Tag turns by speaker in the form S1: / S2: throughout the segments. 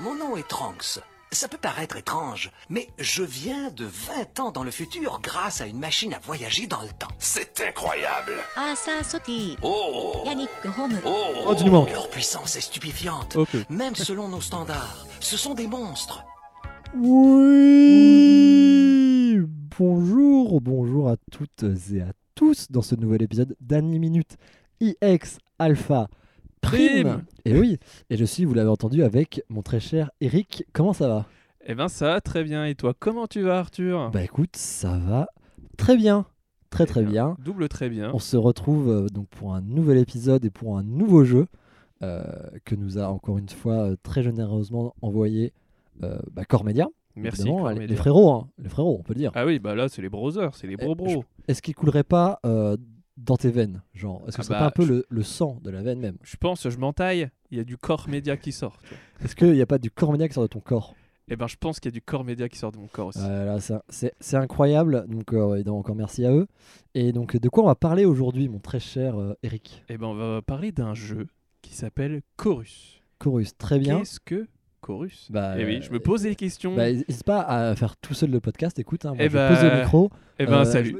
S1: Mon nom est Trunks. Ça peut paraître étrange, mais je viens de 20 ans dans le futur grâce à une machine à voyager dans le temps.
S2: C'est incroyable.
S3: 朝ソティ
S2: Oh.
S3: ヤニックホム
S2: Oh.
S4: Oh, du manque.
S1: Leur puissance est stupéfiante,
S4: Ok.
S1: même selon nos standards. Ce sont des monstres.
S4: Oui Bonjour, bonjour à toutes et à tous dans ce nouvel épisode d'Anime Minute IX Alpha Prime.
S5: Prime.
S4: Et oui, et je suis, vous l'avez entendu, avec mon très cher Eric. Comment ça va
S5: Eh ben ça va très bien. Et toi, comment tu vas, Arthur
S4: Bah écoute, ça va très bien. Très très
S5: Ah. Eh
S4: bien.
S5: Double très bien.
S4: On se retrouve euh, donc pour un nouvel épisode et pour un nouveau jeu euh, que nous a encore une fois euh, très généreusement envoyé euh, bah, Core Media.
S5: Merci.
S4: évidemment.
S5: Cormelia.
S4: Les frérots, hein. les frérots, on peut le dire.
S5: Ah oui, bah là c'est les brosers, c'est les
S4: Eh,
S5: bro bro.
S4: Est-ce qu'il coulerait pas euh, dans tes veines Genre, est-ce que
S5: Ah
S4: c'est
S5: bah,
S4: pas un peu
S5: je-
S4: le, le sang de la veine même
S5: Je pense, je m'entaille. Il y a du corps média qui sort. tu vois.
S4: Est-ce qu'il n'y a pas du corps média qui sort de ton corps
S5: Eh ben je pense qu'il y a du corps média qui sort de mon corps aussi.
S4: Euh, là, ça- C'est c'est incroyable, donc euh, évidemment, encore merci à eux. Et donc, de quoi on va parler aujourd'hui, mon très cher euh, Eric
S5: Eh ben on va parler d'un jeu qui s'appelle Chorus.
S4: Chorus, très bien.
S5: Qu'est-ce que Chorus
S4: Bah,
S5: Eh oui,
S4: euh,
S5: je me pose des questions.
S4: Bah, N'hésite pas à faire tout seul le podcast, écoute, hein, moi,
S5: Eh
S4: je
S5: bah,
S4: pose le micro.
S5: eh ben
S4: euh,
S5: salut.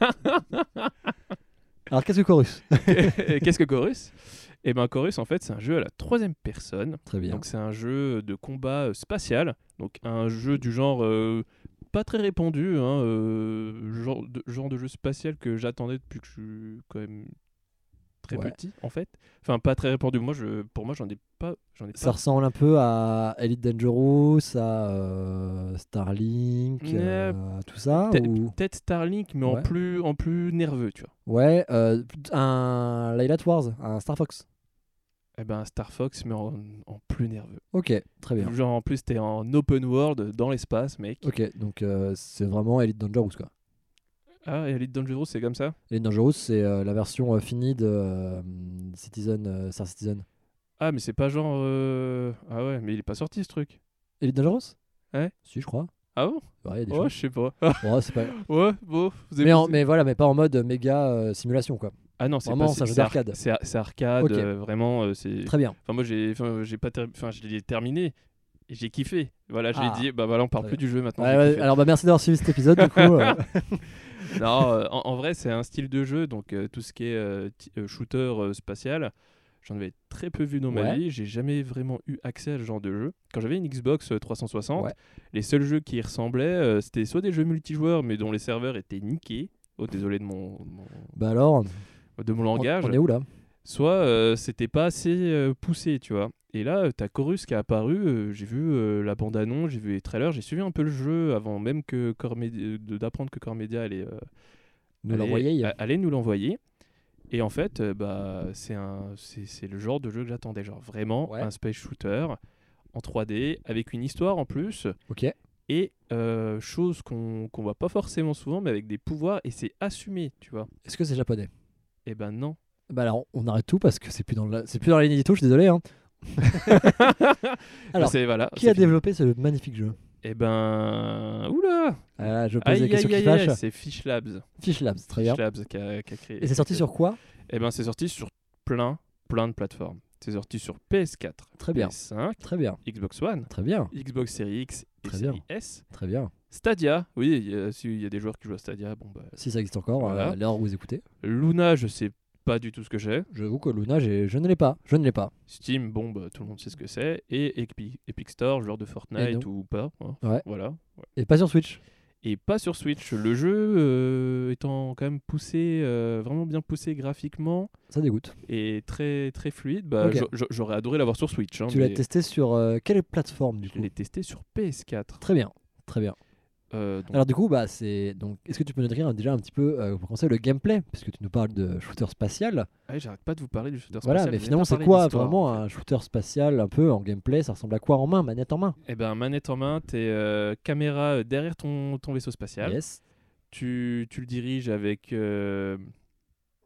S4: Alors, qu'est-ce que Chorus
S5: Qu'est-ce que Chorus Eh ben Chorus en fait c'est un jeu à la troisième personne.
S4: Très bien.
S5: Donc c'est un jeu de combat euh, spatial, donc un jeu du genre euh, pas très répandu, hein, euh, genre, de, genre de jeu spatial que j'attendais depuis que je suis quand même très
S4: Ouais.
S5: petit en fait. Enfin pas très répandu. Moi je, pour moi j'en ai pas, j'en ai
S4: ça
S5: pas.
S4: ressemble un peu à Elite Dangerous, à euh, Starlink,
S5: Euh,
S4: euh, tout ça
S5: Peut-
S4: ou...
S5: Peut-être Starlink, mais
S4: Ouais.
S5: en plus en plus nerveux, tu vois.
S4: Ouais, euh, un Lilat Wars, un Star Fox.
S5: Eh ben Star Fox, mais en, en plus nerveux.
S4: Ok, très bien.
S5: Genre en plus t'es en open world dans l'espace, mec.
S4: Ok, donc euh, c'est vraiment Elite Dangerous quoi.
S5: Ah et Elite Dangerous c'est comme ça
S4: Elite Dangerous, c'est euh, la version euh, finie de euh, Citizen, euh, Star Citizen.
S5: Ah mais c'est pas genre euh, ah ouais mais il est pas sorti ce truc.
S4: Elite Dangerous
S5: Ouais.
S4: Si, je crois.
S5: Ah bon
S4: Ouais, y a des
S5: Oh
S4: choses.
S5: je sais pas.
S4: Bon, c'est pas-
S5: Ouais, bon, vous avez
S4: mais, en-
S5: posé-
S4: mais voilà, mais pas en mode méga euh, simulation quoi.
S5: Ah non, c'est
S4: Vraiment,
S5: pas
S4: c'est un jeu d'arcade.
S5: arc- C'est c'est arcade,
S4: Ok.
S5: euh, vraiment. euh, c'est.
S4: Très bien.
S5: Enfin, moi, j'ai, enfin, j'ai pas, ter- enfin, je l'ai terminé. et J'ai kiffé. Voilà, je l'ai
S4: Ah.
S5: dit. Bah voilà, on parle
S4: Très
S5: plus du jeu maintenant.
S4: Ouais,
S5: j'ai
S4: ouais,
S5: kiffé.
S4: alors bah, merci d'avoir suivi cet épisode du coup. euh,
S5: Non, euh, en, en vrai, c'est un style de jeu, donc euh, tout ce qui est euh, ti- euh, shooter euh, spatial. J'en avais très peu vu dans ma
S4: Ouais.
S5: vie. J'ai jamais vraiment eu accès à ce genre de jeu. Quand j'avais une Xbox euh, 360,
S4: Ouais.
S5: les seuls jeux qui y ressemblaient, euh, c'était soit des jeux multijoueurs, mais dont les serveurs étaient niqués. Oh, désolé de mon, de mon-
S4: bah alors,
S5: de mon
S4: on,
S5: langage.
S4: on est où là
S5: soit euh, c'était pas assez euh, poussé, tu vois. Et là, euh, t'as Chorus qui est apparu, euh, j'ai vu euh, la bande-annonce, j'ai vu les trailers, j'ai suivi un peu le jeu avant même que Core Media- de- d'apprendre que Core Media allait, euh,
S4: Nous
S5: allait-
S4: l'envoyer.
S5: a- allait nous l'envoyer. Et en fait, euh, bah, c'est un- c'est c'est le genre de jeu que j'attendais, genre vraiment
S4: Ouais.
S5: un space shooter en 3D avec une histoire en plus
S4: Ok.
S5: et euh, chose qu'on qu'on voit pas forcément souvent, mais avec des pouvoirs et c'est assumé, tu vois.
S4: Est-ce que c'est japonais
S5: Et ben non.
S4: Bah alors, on arrête tout parce que c'est plus dans la, c'est plus dans la ligne édito, je suis désolé. hein. Alors,
S5: C'est- voilà,
S4: Qui
S5: Ah, c'est
S4: a
S5: fini.
S4: développé ce magnifique jeu
S5: Eh ben. Oula
S4: Ah là, Je pose
S5: Aïe,
S4: des
S5: aïe,
S4: questions qui
S5: aïe, aïe,
S4: fâchent.
S5: c'est Fish Labs.
S4: Fish Labs, très bien.
S5: Fish Labs qui a, qui a créé.
S4: Et c'est sorti sur quoi
S5: Eh ben, c'est sorti sur plein, plein de plateformes. C'est sorti sur PS4,
S4: Très bien.
S5: PS5,
S4: Très bien,
S5: Xbox One,
S4: très bien,
S5: Xbox Series X et
S4: Très
S5: Series S.
S4: très bien.
S5: Stadia, oui, il y a- s'il y a des joueurs qui jouent à Stadia, bon bah.
S4: Si ça existe encore, euh,
S5: Voilà.
S4: à l'heure où vous écoutez.
S5: Luna, je sais pas du tout ce que j'ai.
S4: J'avoue que Luna, j'ai- je ne l'ai pas. Je ne l'ai pas.
S5: Steam, bon bah tout le monde sait ce que c'est. Et Epi- Epic Store, joueur de Fortnite ou pas. hein.
S4: Ouais.
S5: Voilà.
S4: Et pas sur Switch.
S5: et pas sur Switch. Le jeu euh, étant quand même poussé, euh, vraiment bien poussé graphiquement
S4: Ça dégoûte.
S5: et très très fluide, bah,
S4: Ok.
S5: j'a- j'a- j'aurais adoré l'avoir sur Switch. hein,
S4: tu l'as
S5: mais
S4: testé sur euh, quelle plateforme du
S5: Je
S4: coup
S5: l'ai testé sur PS4.
S4: Très bien, très bien.
S5: Euh, donc,
S4: Alors du coup, bah c'est donc. Est-ce que tu peux nous décrire hein, déjà un petit peu euh, pour commencer le gameplay, puisque tu nous parles de shooter spatial.
S5: ouais, J'arrête pas de vous parler du shooter spatial.
S4: Voilà, mais finalement, c'est quoi vraiment un shooter spatial un peu en gameplay Ça ressemble à quoi en main, manette en main
S5: Eh ben, manette en main, t'es euh, caméra euh, derrière ton, ton vaisseau spatial.
S4: Yes.
S5: Tu, tu le diriges avec. euh,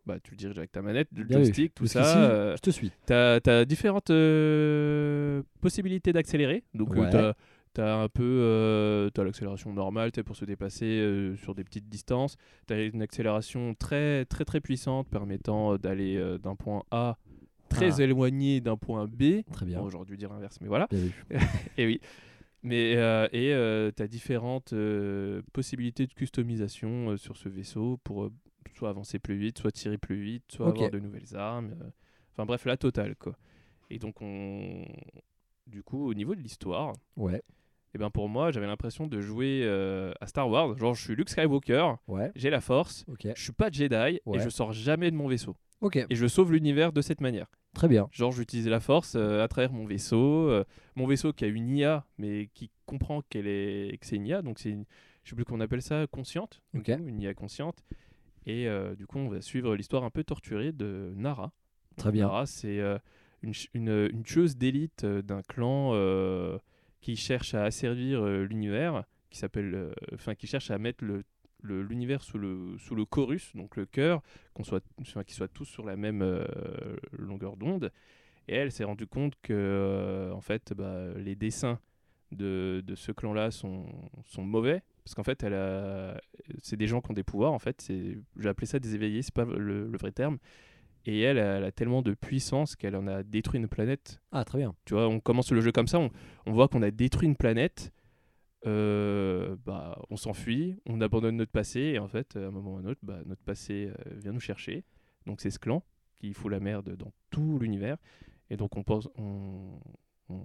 S5: Bah, tu le diriges avec ta manette, le
S4: Bien vu.
S5: joystick, tout
S4: Parce
S5: ça.
S4: qu'ici,
S5: euh,
S4: Je te suis.
S5: T'as as différentes euh, possibilités d'accélérer. Donc, euh,
S4: Ouais.
S5: t'as- t'as un peu euh, t'as l'accélération normale t'es pour se déplacer euh, sur des petites distances. T'as une accélération très, très, très puissante permettant euh, d'aller euh, d'un point A très
S4: Ah.
S5: éloigné d'un point B.
S4: Très bien.
S5: Bon, J'aurais dû dire inverse, mais voilà.
S4: Bien vu.
S5: Et Eh oui. Mais, euh, et tu as différentes euh, possibilités de customisation euh, sur ce vaisseau pour euh, soit avancer plus vite, soit tirer plus vite, soit
S4: Ok.
S5: avoir de nouvelles armes. euh. Enfin bref, la totale quoi. Et donc on... Du coup, au niveau de l'histoire,
S4: Ouais,
S5: eh ben pour moi, j'avais l'impression de jouer euh, à Star Wars. Genre, je suis Luke Skywalker,
S4: ouais,
S5: j'ai la force,
S4: ok.
S5: je suis pas Jedi
S4: Ouais.
S5: et je sors jamais de mon vaisseau.
S4: Ok,
S5: Et je sauve l'univers de cette manière.
S4: très bien.
S5: Genre, j'utilise la force euh, à travers mon vaisseau. euh, mon vaisseau qui a une IA, mais qui comprend qu'elle est... que c'est une IA. Donc, c'est une... je sais plus qu'on appelle ça, consciente. du
S4: Ok.
S5: coup, une IA consciente. Et euh, du coup, on va suivre l'histoire un peu torturée de Nara.
S4: Très bien.
S5: Nara, c'est euh, une, ch- une- une tueuse d'élite euh, d'un clan euh, qui cherche à asservir euh, l'univers, qui s'appelle, euh, enfin, qui cherche à mettre le le- l'univers sous le sous le chorus donc le cœur qu'on soit enfin, qu'ils soient tous sur la même euh, longueur d'onde et elle s'est rendue compte que euh, en fait bah, les dessins de, de ce clan là sont, sont mauvais parce qu'en fait elle a c'est des gens qui ont des pouvoirs en fait c'est j'ai appelé ça des éveillés c'est pas le- le vrai terme et elle, elle a tellement de puissance qu'elle en a détruit une planète.
S4: Ah, très bien.
S5: Tu vois, on commence le jeu comme ça, on, on voit qu'on a détruit une planète, euh, bah, on s'enfuit, on abandonne notre passé, et en fait, à un moment ou à un autre, bah, notre passé euh, vient nous chercher. Donc c'est ce clan qui fout la merde dans tout l'univers. Et donc on pense, on- on-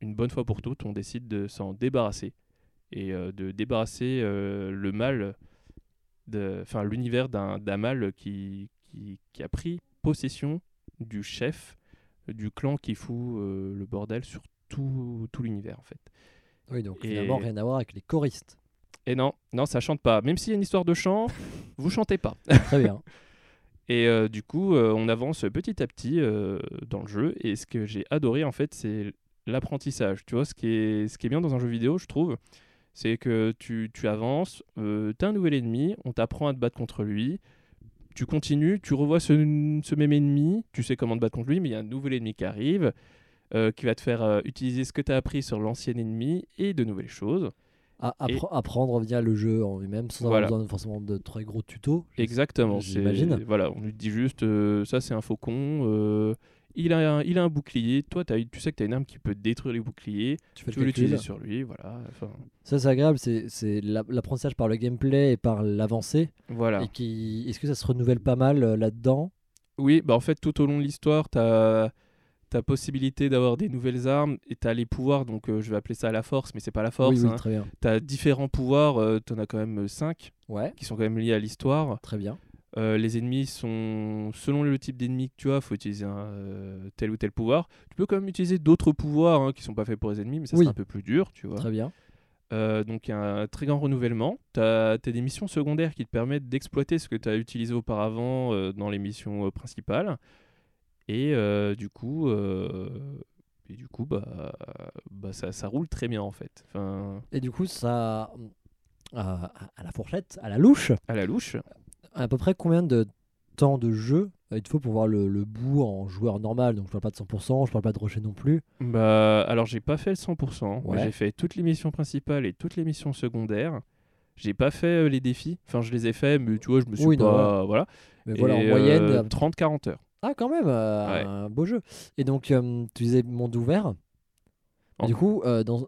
S5: une bonne fois pour toutes, on décide de s'en débarrasser. Et euh, de débarrasser euh, le mal, de- enfin l'univers d'un d'un mal qui, qui, qui a pris possession du chef du clan qui fout euh, le bordel sur tout, tout l'univers en fait.
S4: Oui, donc
S5: Et-
S4: finalement, rien à voir avec les choristes.
S5: Et non, non, ça chante pas. Même s'il y a une histoire de chant, vous chantez pas.
S4: Très bien.
S5: Et euh, du coup, euh, on avance petit à petit euh, dans le jeu. Et ce que j'ai adoré, en fait, c'est l'apprentissage. Tu vois, ce qui, est, ce qui est bien dans un jeu vidéo, je trouve, c'est que tu, tu avances, euh, t'as un nouvel ennemi, on t'apprend à te battre contre lui. Tu continues, tu revois ce, ce même ennemi, tu sais comment te battre contre lui, mais il y a un nouvel ennemi qui arrive, euh, qui va te faire euh, utiliser ce que tu as appris sur l'ancien ennemi et de nouvelles choses.
S4: À,
S5: Et-
S4: appre- Apprendre via le jeu en lui-même sans
S5: Voilà.
S4: avoir besoin forcément de très gros tutos. Je-
S5: Exactement. c'est-
S4: J'imagine.
S5: Voilà, on lui dit juste, euh, ça c'est un faucon, euh, il, a un, il a un bouclier, toi t'as, tu sais que tu as une arme qui peut détruire les boucliers,
S4: Tu fais
S5: tu
S4: le
S5: veux l'utiliser
S4: calcul.
S5: sur lui, voilà. enfin,
S4: Ça, c'est agréable. C'est c'est la- l'apprentissage par le gameplay et par l'avancée.
S5: voilà.
S4: Et qui... Est-ce que ça se renouvelle pas mal euh, là-dedans
S5: Oui, bah en fait tout au long de l'histoire, tu as possibilité d'avoir des nouvelles armes et tu as les pouvoirs, donc euh, je vais appeler ça la force, mais c'est pas la force. hein.
S4: Oui, oui, très bien.
S5: Tu as différents pouvoirs, tu en as quand même 5
S4: Ouais,
S5: qui sont quand même liés à l'histoire.
S4: très bien.
S5: Euh, les ennemis sont selon le type d'ennemi que tu as, faut utiliser un, euh, tel ou tel pouvoir. Tu peux quand même utiliser d'autres pouvoirs hein, qui sont pas faits pour les ennemis, mais ça
S4: Oui.
S5: sera un peu plus dur, tu vois.
S4: Très bien.
S5: Euh, donc il y a un très grand renouvellement. Tu as, des missions secondaires qui te permettent d'exploiter ce que tu as utilisé auparavant euh, dans les missions euh, principales. Et euh, du coup, euh, et du coup, bah, bah ça, ça roule très bien en fait. Enfin,
S4: Et du coup, ça. euh, à à la fourchette, à la louche,
S5: à la louche.
S4: à peu près combien de temps de jeu euh, il te faut pour voir le, le bout en joueur normal Donc je parle pas de 100%, je parle pas de rocher non plus.
S5: Bah, alors j'ai pas fait le 100%, mais
S4: Ouais.
S5: j'ai fait toutes les missions principales et toutes les missions secondaires. J'ai pas fait euh, les défis, enfin je les ai fait, mais tu vois, je me suis
S4: Oui, non,
S5: pas. voilà.
S4: Mais voilà, en
S5: Et,
S4: moyenne.
S5: euh,
S4: à peu
S5: 30-40 heures.
S4: Ah, quand même, euh,
S5: Ouais.
S4: un beau jeu. Et donc, euh, tu disais monde ouvert. Et
S5: Oh.
S4: Du coup, euh, dans...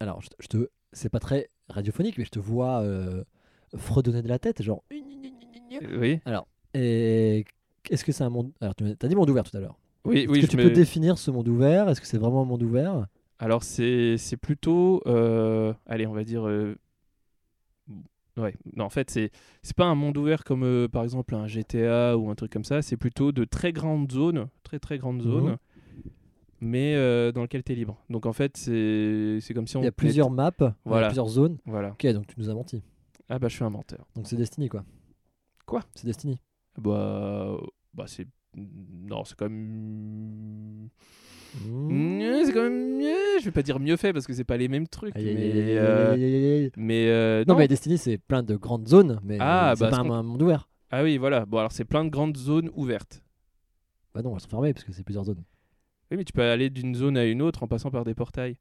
S4: alors, je te, je te- c'est pas très radiophonique, mais je te vois euh, fredonner de la tête, genre.
S5: Euh, Oui,
S4: Et est-ce que c'est un monde Alors, tu m'as- t'as dit monde ouvert tout à l'heure.
S5: oui,
S4: Est-ce
S5: oui.
S4: que
S5: je
S4: tu
S5: me-
S4: peux définir ce monde ouvert Est-ce que c'est vraiment un monde ouvert
S5: Alors c'est c'est plutôt. euh, Allez, on va dire. euh, Ouais, non, en fait, c'est c'est pas un monde ouvert comme euh, par exemple un GTA ou un truc comme ça, c'est plutôt de très grandes zones, très très grandes zones,
S4: Mhm.
S5: mais euh, dans lequel tu es libre. Donc en fait, c'est c'est comme si on.
S4: Il y a
S5: te
S4: plusieurs maps, il y a
S5: Voilà.
S4: plusieurs zones.
S5: mettait- Voilà.
S4: Ok, donc tu nous as menti.
S5: Ah bah je suis un menteur.
S4: Donc c'est Destiny quoi.
S5: Quoi
S4: C'est Destiny.
S5: Bah, bah c'est mm, non, c'est quand même
S4: Mmh.
S5: Mmh, c'est quand même mieux. Je vais pas dire mieux fait parce que c'est pas les mêmes trucs.
S4: Aïe, aïe,
S5: mais
S4: aïe, aïe,
S5: euh,
S4: aïe, aïe, aïe, aïe.
S5: mais euh,
S4: Non,
S5: non.
S4: mais Destiny c'est plein de grandes zones, mais
S5: Ah,
S4: euh, c'est
S5: bah,
S4: pas
S5: ce
S4: un, un monde ouvert.
S5: ah oui voilà. Bon alors c'est plein de grandes zones ouvertes.
S4: Bah non, elles sont fermées parce que c'est plusieurs zones.
S5: Oui mais tu peux aller d'une zone à une autre en passant par des portails.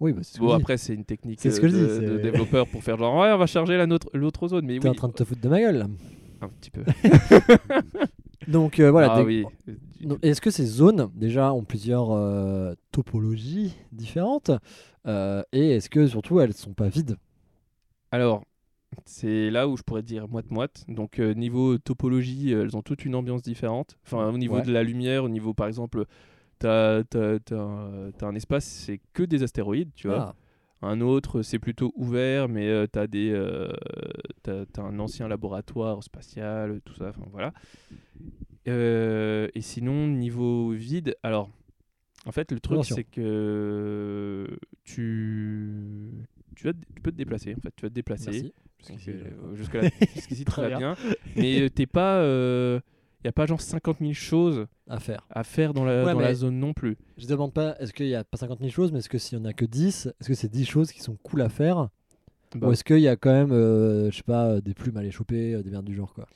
S4: Oui, bah c'est ce que
S5: Bon
S4: je dis.
S5: après c'est une technique
S4: C'est ce
S5: euh,
S4: que je dis,
S5: de, de
S4: c'est-
S5: développeur pour faire genre ouais on va charger la nôtre- l'autre zone mais
S4: T'es en
S5: oui
S4: train de te foutre de ma gueule là.
S5: un petit peu.
S4: Donc euh, voilà,
S5: ah
S4: dès-
S5: oui. tu-
S4: Donc, Est-ce que ces zones, déjà, ont plusieurs euh, topologies différentes Euh, Et est-ce que, surtout, elles sont pas vides
S5: Alors, c'est là où je pourrais dire moite-moite. Donc, euh, niveau topologie, euh, elles ont toutes une ambiance différente. Enfin, au niveau
S4: Ouais.
S5: de la lumière, au niveau, par exemple, t'as t'as- t'as un, t'as un espace, c'est que des astéroïdes, tu vois.
S4: Ah,
S5: Un autre, c'est plutôt ouvert, mais euh, t'as des, euh, t'as, t'as un ancien laboratoire spatial, tout ça. Enfin voilà. Euh, et sinon, niveau vide, alors, en fait, le truc,
S4: Attention.
S5: c'est que tu, tu, vas te- tu peux te déplacer. En fait, tu vas te déplacer.
S4: merci.
S5: Jusqu'ici,
S4: Jusqu'ici,
S5: euh, jusque-là, jusqu'ici, tout
S4: Très
S5: va bien. Mais euh, t'es pas, il y a pas genre 50 000 choses
S4: À faire.
S5: à faire dans la,
S4: Ouais,
S5: dans
S4: mais-
S5: la zone non plus.
S4: Je demande pas, est-ce qu'il y a pas 50 000 choses, mais est-ce que s'il y en a que 10, est-ce que c'est 10 choses qui sont cool à faire
S5: Bah,
S4: Ou est-ce qu'il y a quand même, euh, je sais pas, euh, des plumes à les choper, euh, des merdes du genre quoi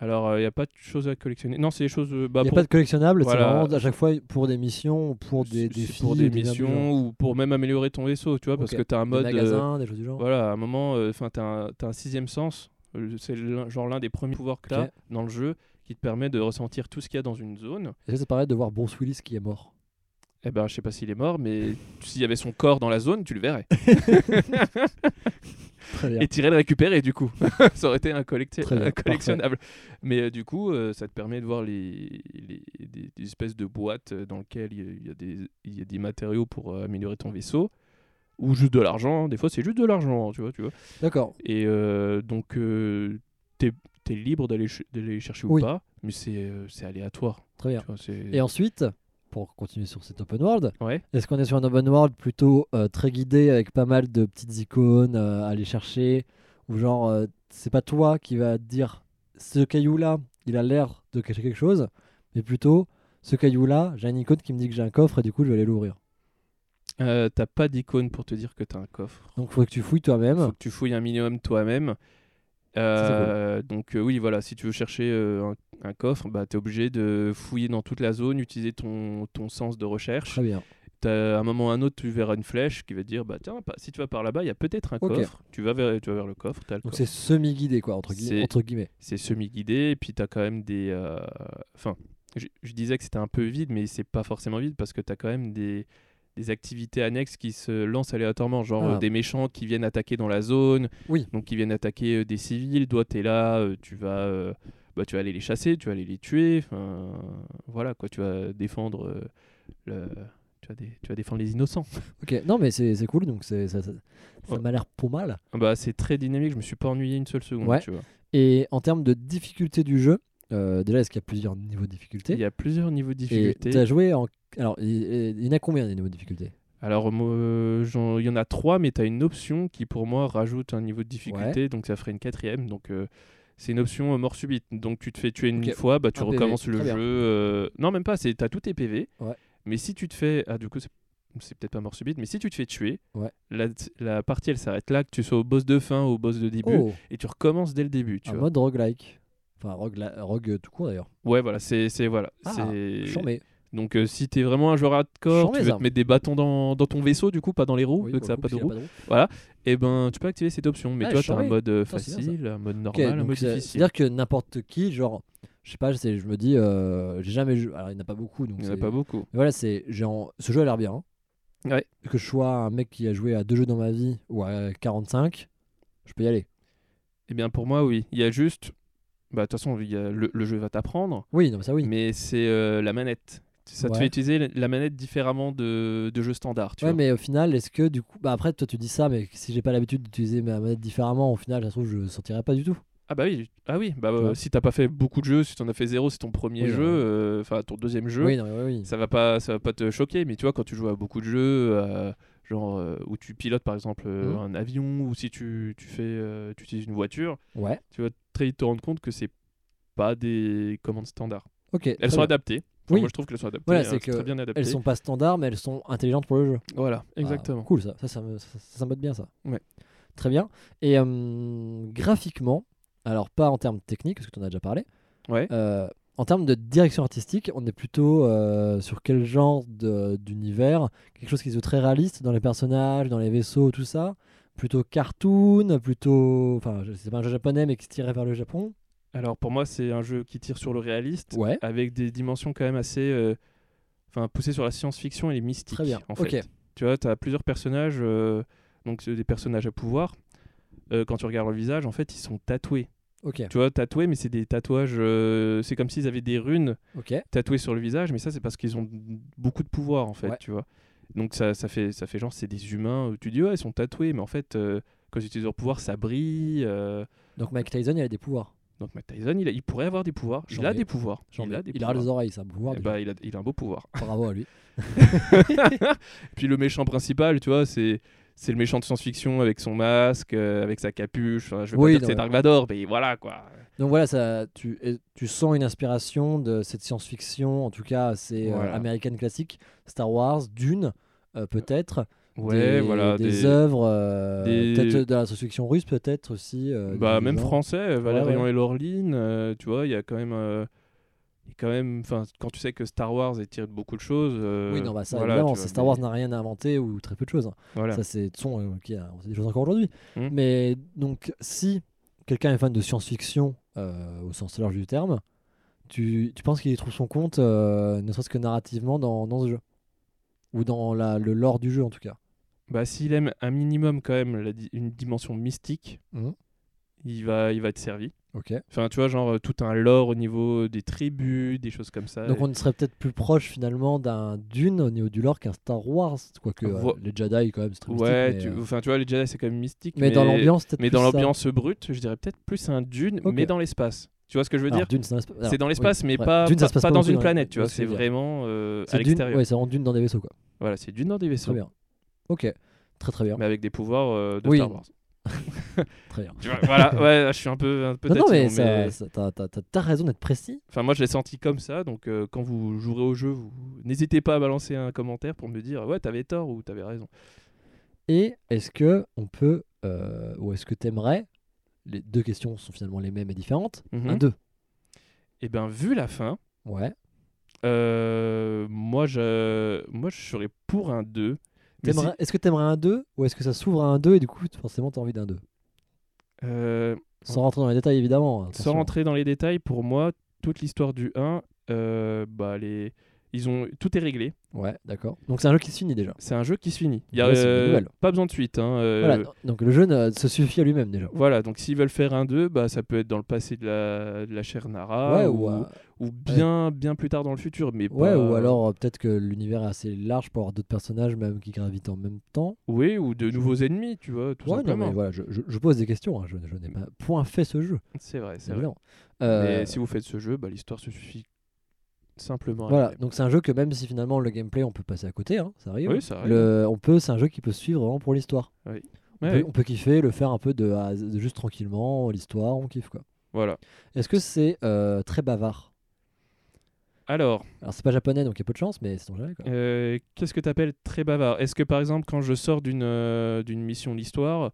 S5: Alors, il n'y a pas de choses à collectionner. Non, c'est des choses. euh, bah,
S4: Il n'y a
S5: pour-
S4: pas de collectionnables,
S5: Voilà.
S4: c'est vraiment à chaque fois pour des missions, pour des
S5: C'est
S4: défis,
S5: pour des
S4: merdes du genre.
S5: missions ou pour même améliorer ton vaisseau, tu vois, parce
S4: Ok.
S5: que t'as un
S4: Des
S5: mode. euh,
S4: magasins, des choses du genre.
S5: voilà, à un moment, euh, enfin, t'as un, t'as un sixième sens. euh, C'est l'un- genre l'un des premiers pouvoirs que t'as
S4: Ok.
S5: dans le jeu qui te permet de ressentir tout ce qu'il y a dans une zone.
S4: Est-ce que ça te permet de voir Bruce Willis qui est mort
S5: Eh ben, je sais pas s'il est mort, mais s'il y avait son corps dans la zone, tu le verrais.
S4: Très bien.
S5: et t'irais le récupérer du coup. ça aurait été un, collecti-
S4: Très bien,
S5: un collectionnable. Mais euh, du coup, euh, ça te permet de voir les, les- des, des espèces de boîtes euh, dans lesquelles il y a- il y, a des- il y a des matériaux pour euh, améliorer ton vaisseau. Ou juste de l'argent. hein. Des fois, c'est juste de l'argent, hein, tu vois. Tu vois.
S4: D'accord.
S5: Et euh, donc, euh, t'es es libre d'aller ch- d'aller chercher ou
S4: Oui.
S5: pas, mais c'est euh, c'est aléatoire.
S4: Très bien.
S5: tu vois, c'est-
S4: Et ensuite, pour continuer sur cet open world,
S5: Ouais.
S4: est-ce qu'on est sur un open world plutôt euh, très guidé avec pas mal de petites icônes euh, à aller chercher Ou genre, euh, c'est pas toi qui va te dire ce caillou-là, il a l'air de cacher quelque chose, mais plutôt ce caillou-là, j'ai une icône qui me dit que j'ai un coffre et du coup je vais aller l'ouvrir.
S5: Euh, T'as pas d'icône pour te dire que t'as un coffre.
S4: Donc faut que tu fouilles toi-même.
S5: faut que tu fouilles un minimum toi-même. Euh, donc euh, oui, voilà, si tu veux chercher euh, un, un coffre, bah, tu es obligé de fouiller dans toute la zone, utiliser ton, ton sens de recherche.
S4: Très bien.
S5: T'as- à un moment ou à un autre, tu verras une flèche qui va te dire, bah, tiens, pas- si tu vas par là-bas, il y a peut-être un
S4: Ok.
S5: coffre. Tu vas, vers, tu vas vers le coffre, t'as le
S4: Donc
S5: coffre.
S4: c'est semi-guidé quoi, entre, gui-
S5: C'est-
S4: entre guillemets.
S5: C'est semi-guidé, et puis tu as quand même des... euh, Enfin, je, je disais que c'était un peu vide, mais c'est pas forcément vide, parce que tu as quand même des des activités annexes qui se lancent aléatoirement, genre
S4: Ah.
S5: euh, des méchants qui viennent attaquer dans la zone,
S4: Oui.
S5: donc ils viennent attaquer euh, des civils, toi t'es là, euh, tu vas, euh, bah, tu vas aller les chasser, tu vas aller les tuer, enfin, voilà quoi, tu vas défendre euh, le- tu vas, dé- tu vas défendre les innocents.
S4: Ok, non mais c'est c'est cool, donc c'est- ça, ça, ça
S5: Ouais.
S4: m'a l'air pas mal.
S5: Bah c'est très dynamique, je me suis pas ennuyé une seule seconde,
S4: Ouais.
S5: tu vois.
S4: Et en termes de difficulté du jeu, euh, déjà, est-ce qu'il y a plusieurs niveaux de
S5: Il
S4: difficulté
S5: y a plusieurs niveaux de
S4: Et tu as
S5: difficulté.
S4: joué en. Alors, il- il y en a combien des niveaux de difficulté
S5: Alors moi, euh, j'en- il y en a trois, mais tu as une option qui pour moi rajoute un niveau de difficulté, donc ça ferait une quatrième, donc euh, c'est une option euh, mort subite. Donc tu te fais tuer une
S4: Ok.
S5: fois, bah tu
S4: Un PV,
S5: recommences le
S4: très
S5: jeu.
S4: bien.
S5: euh, Non même pas, c'est t'as tous tes PV.
S4: Ouais.
S5: Mais si tu te fais, ah du coup c'est c'est peut-être pas mort subite, mais si tu te fais tuer,
S4: Ouais.
S5: la, la partie elle s'arrête là, que tu sois au boss de fin ou au boss de début,
S4: Oh,
S5: et tu recommences dès le début. Tu
S4: un
S5: vois.
S4: mode roguelike. Enfin, rogue, rogue euh, tout court d'ailleurs.
S5: Ouais voilà, c'est c'est- voilà.
S4: Ah,
S5: c'est-
S4: Charmé.
S5: Donc euh, si t'es vraiment un joueur hardcore,
S4: Chant
S5: tu
S4: mes
S5: veux te
S4: armes.
S5: mettre des bâtons dans, dans ton vaisseau du coup, pas dans les roues,
S4: Oui,
S5: vu
S4: pour
S5: que oh, ça
S4: le
S5: a
S4: coup,
S5: pas de
S4: s'il y
S5: roues.
S4: a roue.
S5: et ben tu peux activer cette option. Mais
S4: Ah,
S5: toi,
S4: je
S5: tu as un
S4: savais.
S5: mode euh,
S4: Putain, c'est bien,
S5: facile, un mode
S4: Ok,
S5: normal, un
S4: donc
S5: mode
S4: c'est-
S5: difficile.
S4: C'est-à-dire que n'importe qui, genre, je sais pas, c'est- je me dis, euh, j'ai jamais joué. Alors, il n'y en a pas beaucoup. Donc
S5: Il n'y en a
S4: c'est-
S5: pas beaucoup.
S4: Mais Voilà, c'est genre, ce jeu a l'air bien. hein.
S5: Ouais.
S4: Que je sois un mec qui a joué à deux jeux dans ma vie ou à 45, je peux y aller.
S5: Eh bien pour moi, oui. Il y a juste... Bah de toute façon, il y a- le, le jeu va t'apprendre,
S4: Oui, non, mais ça oui.
S5: mais c'est euh, la manette. Ça te
S4: Ouais.
S5: fait utiliser la- la manette différemment de, de jeux standards. Tu
S4: ouais,
S5: vois.
S4: mais au final, est-ce que du coup. Bah, après, toi, tu dis ça, mais si j'ai pas l'habitude d'utiliser ma manette différemment, au final, ça se trouve, je sortirai pas du tout.
S5: Ah bah oui, ah oui. Bah, euh,
S4: vois.
S5: si t'as pas fait beaucoup de jeux, si t'en as fait zéro, c'est ton premier
S4: Oui,
S5: jeu,
S4: ouais.
S5: euh, enfin ton deuxième jeu,
S4: Oui, non, mais oui, oui.
S5: ça va pas ça va pas te choquer mais tu vois quand tu joues à beaucoup de jeux euh, genre euh, où tu pilotes par exemple euh,
S4: Mhm.
S5: un avion ou si tu, tu fais euh, tu utilises une voiture
S4: Ouais,
S5: tu vas très vite te rendre compte que c'est pas des commandes standards
S4: ok. très
S5: elles sont
S4: bien.
S5: adaptées Enfin,
S4: Oui.
S5: moi je trouve qu'elles sont adaptées
S4: Voilà,
S5: hein,
S4: c'est
S5: c'est
S4: que
S5: très bien adapté
S4: Elles sont pas standards, mais elles sont intelligentes pour le jeu.
S5: voilà
S4: Ah,
S5: exactement
S4: cool, ça. Ça, ça me, ça, ça me botte bien, ça.
S5: Ouais.
S4: Très bien. Et euh, graphiquement, alors pas en termes techniques, parce que tu en as déjà parlé,
S5: ouais
S4: euh, en termes de direction artistique, on est plutôt euh, sur quel genre de- d'univers Quelque chose qui est très réaliste dans les personnages, dans les vaisseaux, tout ça Plutôt cartoon, plutôt. Enfin, je- c'est pas un jeu japonais, mais qui se tirait vers le Japon.
S5: Alors pour moi, c'est un jeu qui tire sur le réaliste,
S4: Ouais.
S5: avec des dimensions quand même assez, euh, enfin poussées sur la science-fiction et les mystiques.
S4: Très bien.
S5: En fait.
S4: Ok.
S5: Tu vois, tu as plusieurs personnages, euh, donc c'est des personnages à pouvoir. Euh, quand tu regardes leur visage, en fait, ils sont tatoués.
S4: Ok.
S5: Tu vois, tatoués, mais c'est des tatouages. euh, c'est comme s'ils avaient des runes
S4: Ok.
S5: tatouées sur le visage, mais ça, c'est parce qu'ils ont beaucoup de pouvoir, en fait,
S4: Ouais.
S5: tu vois. Donc ça, ça, fait, ça fait genre, c'est des humains. où Tu dis, ouais, ils sont tatoués, mais en fait, euh, quand ils utilisent leur pouvoir, ça brille. euh,
S4: Donc Mike Tyson, il a des pouvoirs.
S5: donc Matt Tyson, il, a- il pourrait avoir des pouvoirs.
S4: J'en
S5: Il a
S4: ai-
S5: des pouvoirs.
S4: Genre,
S5: il a des
S4: il
S5: pouvoirs.
S4: les oreilles, ça pouvoir.
S5: Eh
S4: déjà.
S5: ben, il, a, il a un beau pouvoir.
S4: Bravo à lui.
S5: Puis le méchant principal, tu vois, c'est c'est le méchant de science-fiction avec son masque, euh, avec sa capuche. Enfin, je veux
S4: Oui,
S5: pas
S4: non,
S5: dire que c'est
S4: mais-
S5: Dark Vador, mais voilà quoi.
S4: Donc voilà, ça, tu, et tu sens une inspiration de cette science-fiction, en tout cas assez euh,
S5: Voilà.
S4: américaine classique, Star Wars, Dune, euh, peut-être.
S5: Ouais,
S4: des,
S5: voilà.
S4: Des,
S5: des-
S4: œuvres, euh,
S5: des-
S4: peut-être de la science-fiction russe, peut-être aussi. euh,
S5: bah,
S4: des
S5: même
S4: gens.
S5: français, euh, Valérian
S4: ouais.
S5: et Laureline, euh, tu vois, il y a quand même. euh, il y a quand même, enfin, quand tu sais que Star Wars est tiré de beaucoup de choses. euh,
S4: Oui, non, bah ça,
S5: voilà,
S4: évidemment,
S5: tu vois,
S4: c'est Star
S5: mais-
S4: Wars n'a rien inventé ou très peu de choses.
S5: Voilà.
S4: Ça, c'est de son, euh, qui a inventé des choses encore aujourd'hui.
S5: Mm.
S4: Mais donc, si quelqu'un est fan de science-fiction euh, au sens large du terme, tu, tu penses qu'il y trouve son compte, euh, ne serait-ce que narrativement, dans, dans ce jeu Ou dans la, le lore du jeu, en tout cas
S5: Bah, s'il aime un minimum quand même la di- une dimension mystique,
S4: Mhm.
S5: il va, il va être servi.
S4: Ok.
S5: Enfin, tu vois, genre euh, tout un lore au niveau des tribus, des choses comme ça.
S4: Donc,
S5: Et-
S4: on serait peut-être plus proche, finalement, d'un Dune au niveau du lore qu'un Star Wars. Quoique, euh,
S5: Vo-
S4: les Jedi, quand même, c'est très mystique,
S5: Ouais,
S4: mais,
S5: tu...
S4: euh,
S5: enfin, tu vois, les Jedi, c'est quand même mystique.
S4: mais dans l'ambiance, peut-être.
S5: mais
S4: plus
S5: dans
S4: ça.
S5: l'ambiance brute, je dirais peut-être plus un dune,
S4: Ok.
S5: mais dans l'espace. Tu vois ce que je veux
S4: Alors,
S5: dire
S4: Dune, c'est dans l'espace. Alors,
S5: C'est dans
S4: oui,
S5: l'espace, mais
S4: ouais.
S5: pas,
S4: Dune, ça
S5: pas,
S4: se passe
S5: pas
S4: pas
S5: dans
S4: beaucoup
S5: une
S4: dans-
S5: planète, tu
S4: dans
S5: vois.
S4: ce
S5: C'est
S4: délire.
S5: vraiment euh,
S4: C'est
S5: à
S4: Dune-
S5: l'extérieur.
S4: Ouais, c'est en Dune dans des vaisseaux, quoi.
S5: Voilà, c'est dune dans des
S4: Très
S5: vaisseaux,
S4: bien. Ok, très très bien.
S5: mais avec des pouvoirs euh, de
S4: Oui.
S5: Star Wars.
S4: Très bien.
S5: Tu vois, voilà, ouais, je suis un peu, un peu
S4: Non, non, mais,
S5: tatillon, mais-
S4: ça- ça- t'as- t'as t'as- t'as raison d'être précis.
S5: Enfin, moi, je l'ai senti comme ça. Donc, euh, quand vous jouerez au jeu, vous n'hésitez pas à balancer un commentaire pour me dire ouais, t'avais tort ou t'avais raison.
S4: Et est-ce que on peut, euh, ou est-ce que t'aimerais, les deux questions sont finalement les mêmes et différentes,
S5: Mhm.
S4: un deux.
S5: Et ben, vu la fin,
S4: Ouais.
S5: euh, moi, je, moi, je serais pour un 2. Mais
S4: T'aimerais- Est-ce que t'aimerais un 2 ou est-ce que ça s'ouvre à un 2 et du coup t- forcément t'as envie d'un 2
S5: si- euh,
S4: Sans rentrer dans les détails évidemment. hein,
S5: sans
S4: attention.
S5: rentrer dans les détails, pour moi, toute l'histoire du 1, euh, bah, les, ils ont, tout est réglé.
S4: Ouais, d'accord. Donc c'est un jeu qui se finit déjà.
S5: C'est un jeu qui se finit. Il y a
S4: Ouais, c'est une bonne
S5: euh,
S4: nouvelle.
S5: pas besoin de suite. hein, euh,
S4: Voilà, donc le jeu ne- se suffit à lui-même déjà.
S5: voilà, donc s'ils veulent faire un 2, bah, ça peut être dans le passé de la, de la chair Nara
S4: ouais,
S5: Ah ou,
S4: ou, euh,
S5: ou bien, bien plus tard dans le futur. Mais
S4: ouais,
S5: pas-
S4: ou alors euh, peut-être que l'univers est assez large pour avoir d'autres personnages même qui gravitent en même temps.
S5: Oui, ou de nouveaux ennemis, tu vois, tout
S4: ouais, non,
S5: simplement.
S4: mais voilà, je, je- je pose des questions. hein, Je, je n'ai
S5: Mmh.
S4: pas point fait ce jeu.
S5: C'est vrai, c'est vrai.
S4: Évidemment. Euh,
S5: Mais si vous faites ce jeu, bah, l'histoire se suffit simplement. à
S4: Voilà,
S5: elle-même.
S4: donc c'est un jeu que même si finalement le gameplay on peut passer à côté, hein, ça arrive.
S5: Oui, ça arrive.
S4: Le, on peut, c'est un jeu qui peut se suivre vraiment pour l'histoire. On,
S5: Ouais,
S4: peut-
S5: ouais.
S4: on peut kiffer, le faire un peu de, A à Z, de juste tranquillement, l'histoire, on kiffe quoi.
S5: Voilà.
S4: Est-ce que c'est euh, très bavard
S5: Alors,
S4: Alors c'est pas japonais donc il y a peu de chance, mais c'est ton jamais quoi.
S5: euh, qu'est-ce que tu appelles très bavard Est-ce que par exemple, quand je sors d'une euh, d'une mission de l'histoire,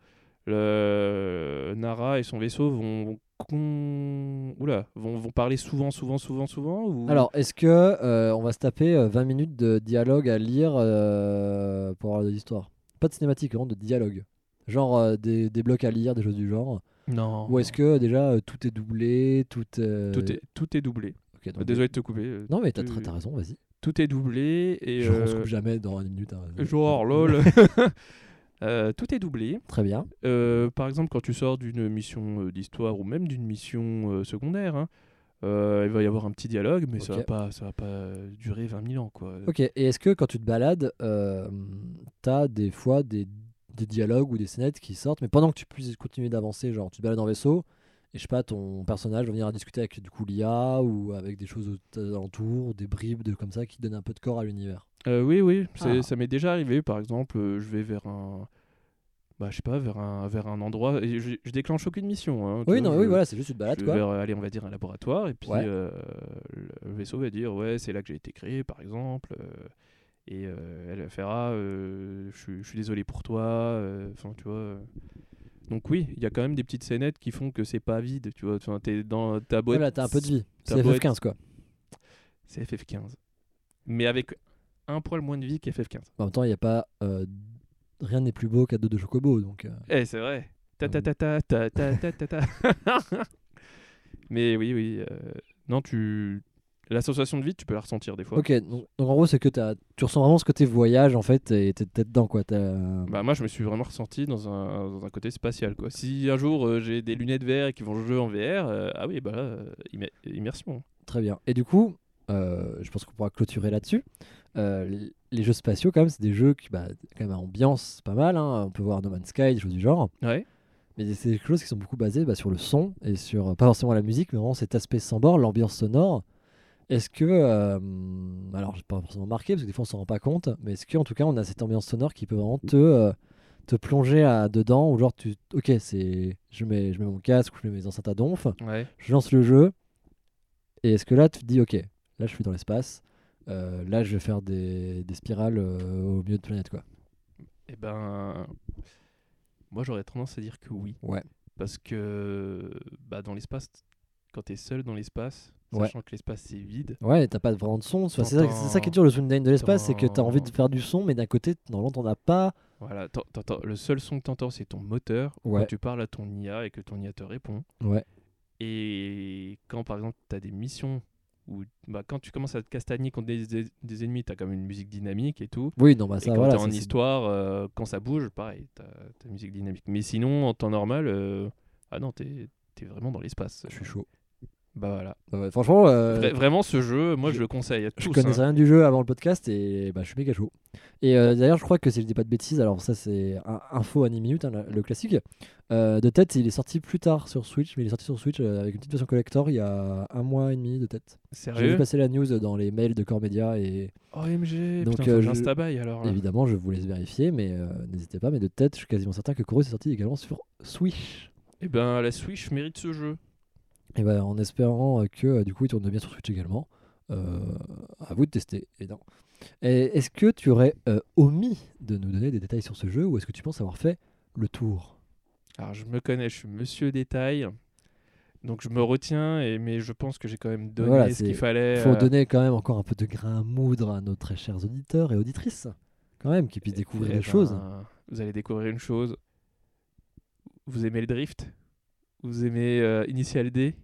S5: le... Nara et son vaisseau vont. vont con- Oula, vont, vont parler souvent, souvent, souvent, souvent ou...
S4: Alors, est-ce que euh, on va se taper euh, 20 minutes de dialogue à lire euh, pour avoir de l'histoire Pas de cinématique, vraiment de dialogue. Genre euh, des, des blocs à lire, des choses du genre.
S5: Non.
S4: Ou est-ce que déjà euh, tout est doublé, tout. euh,
S5: Oh. Tout est, tout est doublé.
S4: ok, donc-
S5: Désolé de te couper. euh,
S4: Non mais t'as,
S5: tu-
S4: t'as raison, vas-y.
S5: Tout est doublé et.
S4: Je ne
S5: euh,
S4: coupe jamais dans une minute. hein.
S5: Genre, lol. Euh, tout est doublé.
S4: Très bien.
S5: Euh, par exemple, quand tu sors d'une mission euh, d'histoire ou même d'une mission euh, secondaire, hein, euh, il va y avoir un petit dialogue, mais ça
S4: Ok.
S5: va pas, ça va pas euh, durer 20 000 ans, quoi.
S4: Ok, et est-ce que quand tu te balades, euh, t'as des fois des, des dialogues ou des scénettes qui sortent, mais pendant que tu puisses continuer d'avancer, genre tu te balades en vaisseau, et je sais pas, ton personnage va venir à discuter avec du coup l'IA ou avec des choses aux- alentours, des bribes de, comme ça qui donnent un peu de corps à l'univers.
S5: Euh, oui, oui, c'est-
S4: Ah.
S5: ça m'est déjà arrivé. Par exemple, euh, je vais vers un, bah, je sais pas, vers un, vers un endroit. Et je, je déclenche aucune mission. hein, tu
S4: Oui,
S5: vois,
S4: non,
S5: je-
S4: oui, voilà, c'est juste tu te balades
S5: je vais
S4: quoi.
S5: vers, euh, allez, on va dire un laboratoire, et puis
S4: Ouais.
S5: euh, le- le vaisseau va dire Ouais, c'est là que j'ai été créé, par exemple. euh, et euh, elle va faire Ah, euh, je suis- je suis désolé pour toi. euh, Enfin, tu vois. euh. Donc, oui, il y a quand même des petites scénettes qui font que c'est pas vide, tu vois. Enfin, t'es dans ta boîte.
S4: Voilà, t'as un peu de vie.
S5: t'as
S4: C'est
S5: beau
S4: FF15 quoi.
S5: C'est FF15. Mais avec un poil moins de vie qu'FF15.
S4: En même temps, il n'y a pas. euh, rien n'est plus beau qu'à deux de Chocobo, donc. euh,
S5: Eh, c'est vrai. Ta ta ta ta ta ta ta ta ta. Mais oui, oui. euh, non, tu. La sensation de vide, tu peux la ressentir des fois.
S4: Ok, donc, donc en gros, c'est que t'as- tu ressens vraiment ce côté voyage en fait et t'es t'es dedans quoi. t'as-
S5: Bah moi je me suis vraiment ressenti dans un, dans un côté spatial quoi. Si un jour euh, j'ai des lunettes VR et qu'ils vont jouer en VR, euh, ah oui bah là, euh, immer- immersion.
S4: Très bien. Et du coup, euh, je pense qu'on pourra clôturer là-dessus. Euh, l- les jeux spatiaux, quand même, c'est des jeux qui, bah, quand même, à ambiance pas mal. hein. On peut voir No Man's Sky, des choses du genre.
S5: Ouais.
S4: Mais c'est des choses qui sont beaucoup basées bah, sur le son et sur, euh, pas forcément la musique, mais vraiment cet aspect sans bord, l'ambiance sonore. Est-ce que, euh, alors j'ai pas forcément marqué parce que des fois on s'en rend pas compte, mais est-ce qu'en tout cas on a cette ambiance sonore qui peut vraiment te, euh, te plonger à, dedans ou genre tu, ok, c'est, je mets, je mets mon casque ou je mets mes enceintes à donf,
S5: Ouais.
S4: je lance le jeu. Et est-ce que là, tu te dis, ok, là, je suis dans l'espace. euh, là, je vais faire des, des spirales euh, au milieu de planète, quoi.
S5: Et ben moi j'aurais tendance à dire que oui.
S4: Ouais.
S5: Parce que bah dans l'espace quand t'es seul dans l'espace,
S4: Ouais.
S5: sachant que l'espace c'est vide.
S4: Ouais, t'as pas vraiment de son. Enfin, c'est, ça, c'est ça qui est dur le sound design de l'espace, c'est que t'as envie de faire du son, mais d'un côté, normalement, t'en as pas.
S5: Voilà, t'en- t'entends- le seul son que t'entends c'est ton moteur
S4: Ouais.
S5: quand tu parles à ton IA et que ton IA te répond.
S4: Ouais.
S5: Et quand par exemple tu as des missions où bah, quand tu commences à te castagner contre des, des- des ennemis, tu as quand même une musique dynamique et tout.
S4: Oui, non, bah
S5: et
S4: ça,
S5: quand
S4: voilà.
S5: t'es
S4: ça,
S5: en
S4: c'est-
S5: histoire, euh, quand ça bouge, pareil, t'as as musique dynamique. Mais sinon, en temps normal, euh, ah non, t'es t'es vraiment dans l'espace.
S4: Je suis chaud.
S5: Bah voilà.
S4: Bah ouais, franchement, euh,
S5: Vra- vraiment, ce jeu, moi je,
S4: je-
S5: le conseille à tous.
S4: je connaissais
S5: hein.
S4: rien du jeu avant le podcast et bah, je suis méga chaud. Et euh, d'ailleurs, je crois que si je dis pas de bêtises, alors ça, c'est un- info à 10 minutes, hein, la- le classique. euh, de tête, il est sorti plus tard sur Switch, mais il est sorti sur Switch euh, avec une petite version collector il y a un mois et demi de tête. J'ai vu
S5: Sérieux
S4: passer la news dans les mails de Cormedia et
S5: OMG,
S4: Donc,
S5: putain,
S4: euh,
S5: faut que
S4: je-
S5: j'instabaille, alors. hein. là.
S4: évidemment je vous laisse vérifier mais euh, n'hésitez pas mais de tête je suis quasiment certain que Chorus est sorti également sur Switch.
S5: Eh ben, la Switch mérite ce jeu.
S4: Et ben en espérant euh, que euh, du coup il tourne bien sur Switch également. Euh, à vous de tester. Et non. Et Est-ce que tu aurais euh, omis de nous donner des détails sur ce jeu ou est-ce que tu penses avoir fait le tour
S5: Alors, je me connais, je suis monsieur détail. Donc, je me retiens, et, mais je pense que j'ai quand même donné
S4: Voilà,
S5: ce
S4: c'est-
S5: qu'il fallait.
S4: Il faut
S5: euh,
S4: donner quand même encore un peu de grain à moudre à nos très chers auditeurs et auditrices quand même qui puissent découvrir
S5: Eh
S4: des choses.
S5: ben, Vous allez découvrir une chose. Vous aimez le drift Vous aimez euh, Initial D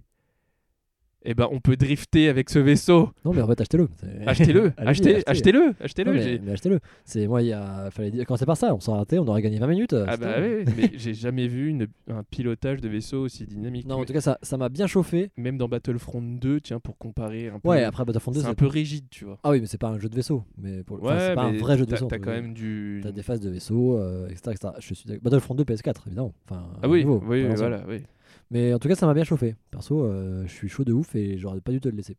S5: Eh ben, on peut drifter avec ce vaisseau.
S4: Non mais en fait achetez-le. C'est-
S5: Achetez-le,
S4: Allez-y,
S5: achetez, achetez-le, achetez-le.
S4: Non, mais,
S5: j'ai-
S4: mais achetez-le. C'est moi, il y a... fallait dire- commencer par ça. On s'en raté, on aurait gagné 20 minutes. euh,
S5: Ah
S4: c'était-
S5: bah oui, oui, mais j'ai jamais vu une- un pilotage de vaisseau aussi dynamique.
S4: Non, en
S5: Mais-
S4: tout cas, ça, ça m'a bien chauffé.
S5: Même dans Battlefront 2, tiens, pour comparer un peu.
S4: Ouais, après Battlefront 2,
S5: c'est un
S4: c'est-
S5: peu rigide, tu vois.
S4: Ah oui, mais c'est pas un jeu de vaisseau. Mais pour... enfin,
S5: Ouais,
S4: c'est pas un
S5: mais
S4: vrai jeu de
S5: t'as-
S4: vaisseau.
S5: T'as
S4: on peut
S5: quand
S4: dire.
S5: même du.
S4: T'as des phases de vaisseau, euh, etc., etc. Je suis d'accord. Battlefront 2 PS4, évidemment. Enfin,
S5: Ah
S4: à
S5: oui,
S4: nouveau,
S5: oui,
S4: pas
S5: oui,
S4: l'ancien.
S5: voilà, oui.
S4: Mais en tout cas, ça m'a bien chauffé. Perso, euh, je suis chaud de ouf et j'aurais pas dû te le laisser.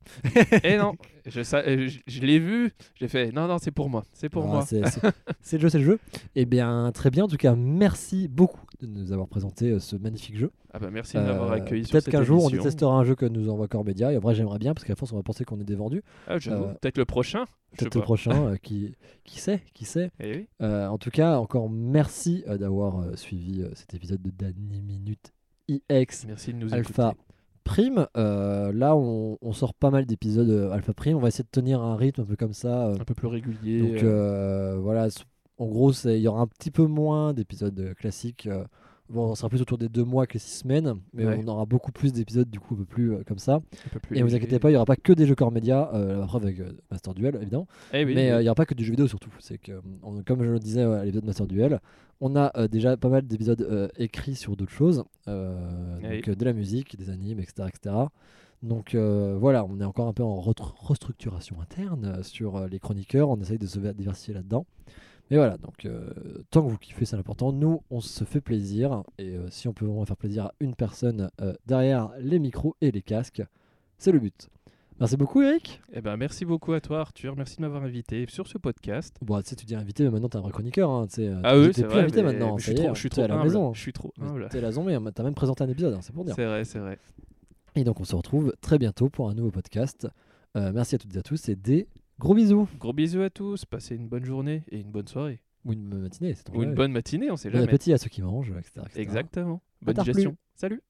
S5: Et Eh non, je, ça- euh, je- je l'ai vu, j'ai fait non, non, c'est pour moi, c'est pour
S4: Ah,
S5: moi.
S4: C'est c'est- c'est le jeu, c'est le jeu. Eh bien, très bien. En tout cas, merci beaucoup de nous avoir présenté euh, ce magnifique jeu.
S5: Ah bah merci de m'avoir
S4: Euh,
S5: accueilli sur
S4: Peut-être
S5: cette
S4: qu'un jour, on
S5: émission.
S4: détestera un jeu que nous envoie Core Media. Et en vrai, j'aimerais bien parce qu'à force, on va penser qu'on est des vendus.
S5: Ah, j'avoue,
S4: euh,
S5: peut-être le prochain. Je sais
S4: peut-être le
S5: pas.
S4: prochain euh, qui qui sait qui sait
S5: Eh oui.
S4: Euh, en tout cas encore merci euh, d'avoir euh, suivi euh, cet épisode de Dany Minute IX
S5: Merci de nous
S4: Alpha
S5: écouter.
S4: Prime Euh, là on, on sort pas mal d'épisodes euh, Alpha Prime on va essayer de tenir un rythme un peu comme ça euh.
S5: Un peu plus régulier.
S4: donc
S5: euh,
S4: euh, voilà s- en gros c'est- il y aura un petit peu moins d'épisodes euh, classiques euh. Bon, on sera plus autour des deux mois que les six semaines, mais
S5: Ouais.
S4: on aura beaucoup plus d'épisodes du coup un peu plus euh, comme ça.
S5: un peu plus
S4: Et vous
S5: léger.
S4: inquiétez pas, il n'y aura pas que des jeux corps média, euh, la preuve avec euh, Master Duel évidemment.
S5: Eh oui,
S4: Mais euh, il n'y aura pas que du jeu vidéo surtout. C'est que, euh, on- comme je le disais euh, à l'épisode Master Duel, on a euh, déjà pas mal d'épisodes euh, écrits sur d'autres choses. euh,
S5: Eh Oui.
S4: donc euh, de la musique, des animes, etc. etc. Donc euh, voilà, on est encore un peu en retru- restructuration interne euh, sur euh, les chroniqueurs. On essaye de se ver- diversifier là-dedans. Mais voilà, donc euh, tant que vous kiffez, c'est l'important. Nous, on se fait plaisir. Et euh, si on peut vraiment faire plaisir à une personne euh, derrière les micros et les casques, c'est le but. Merci beaucoup, Eric.
S5: Eh ben, merci beaucoup à toi, Arthur. Merci de m'avoir invité sur ce podcast.
S4: Bon, tu sais, tu dis invité, mais maintenant t'es un vrai chroniqueur. Hein, tu sais, euh,
S5: Ah
S4: t'es-
S5: oui,
S4: t'es
S5: c'est
S4: plus
S5: vrai.
S4: invité
S5: mais-
S4: maintenant.
S5: mais je
S4: ça y
S5: suis
S4: est, hein,
S5: trop, je suis
S4: t'es
S5: trop
S4: à la
S5: humble.
S4: maison.
S5: Je suis trop
S4: Mais
S5: humble.
S4: T'es à la zombie, hein, t'as même présenté un épisode, hein, c'est pour dire.
S5: C'est vrai, c'est vrai.
S4: Et donc, on se retrouve très bientôt pour un nouveau podcast. Euh, merci à toutes et à tous et des gros bisous.
S5: Gros bisous à tous. Passez une bonne journée et une bonne soirée.
S4: Ou une matinée, c'est ton
S5: Ou une bonne matinée, on sait
S4: Bon
S5: jamais.
S4: appétit à ceux qui mangent, etc. etc.
S5: Exactement. Bonne
S4: tard, plus.
S5: digestion. Salut.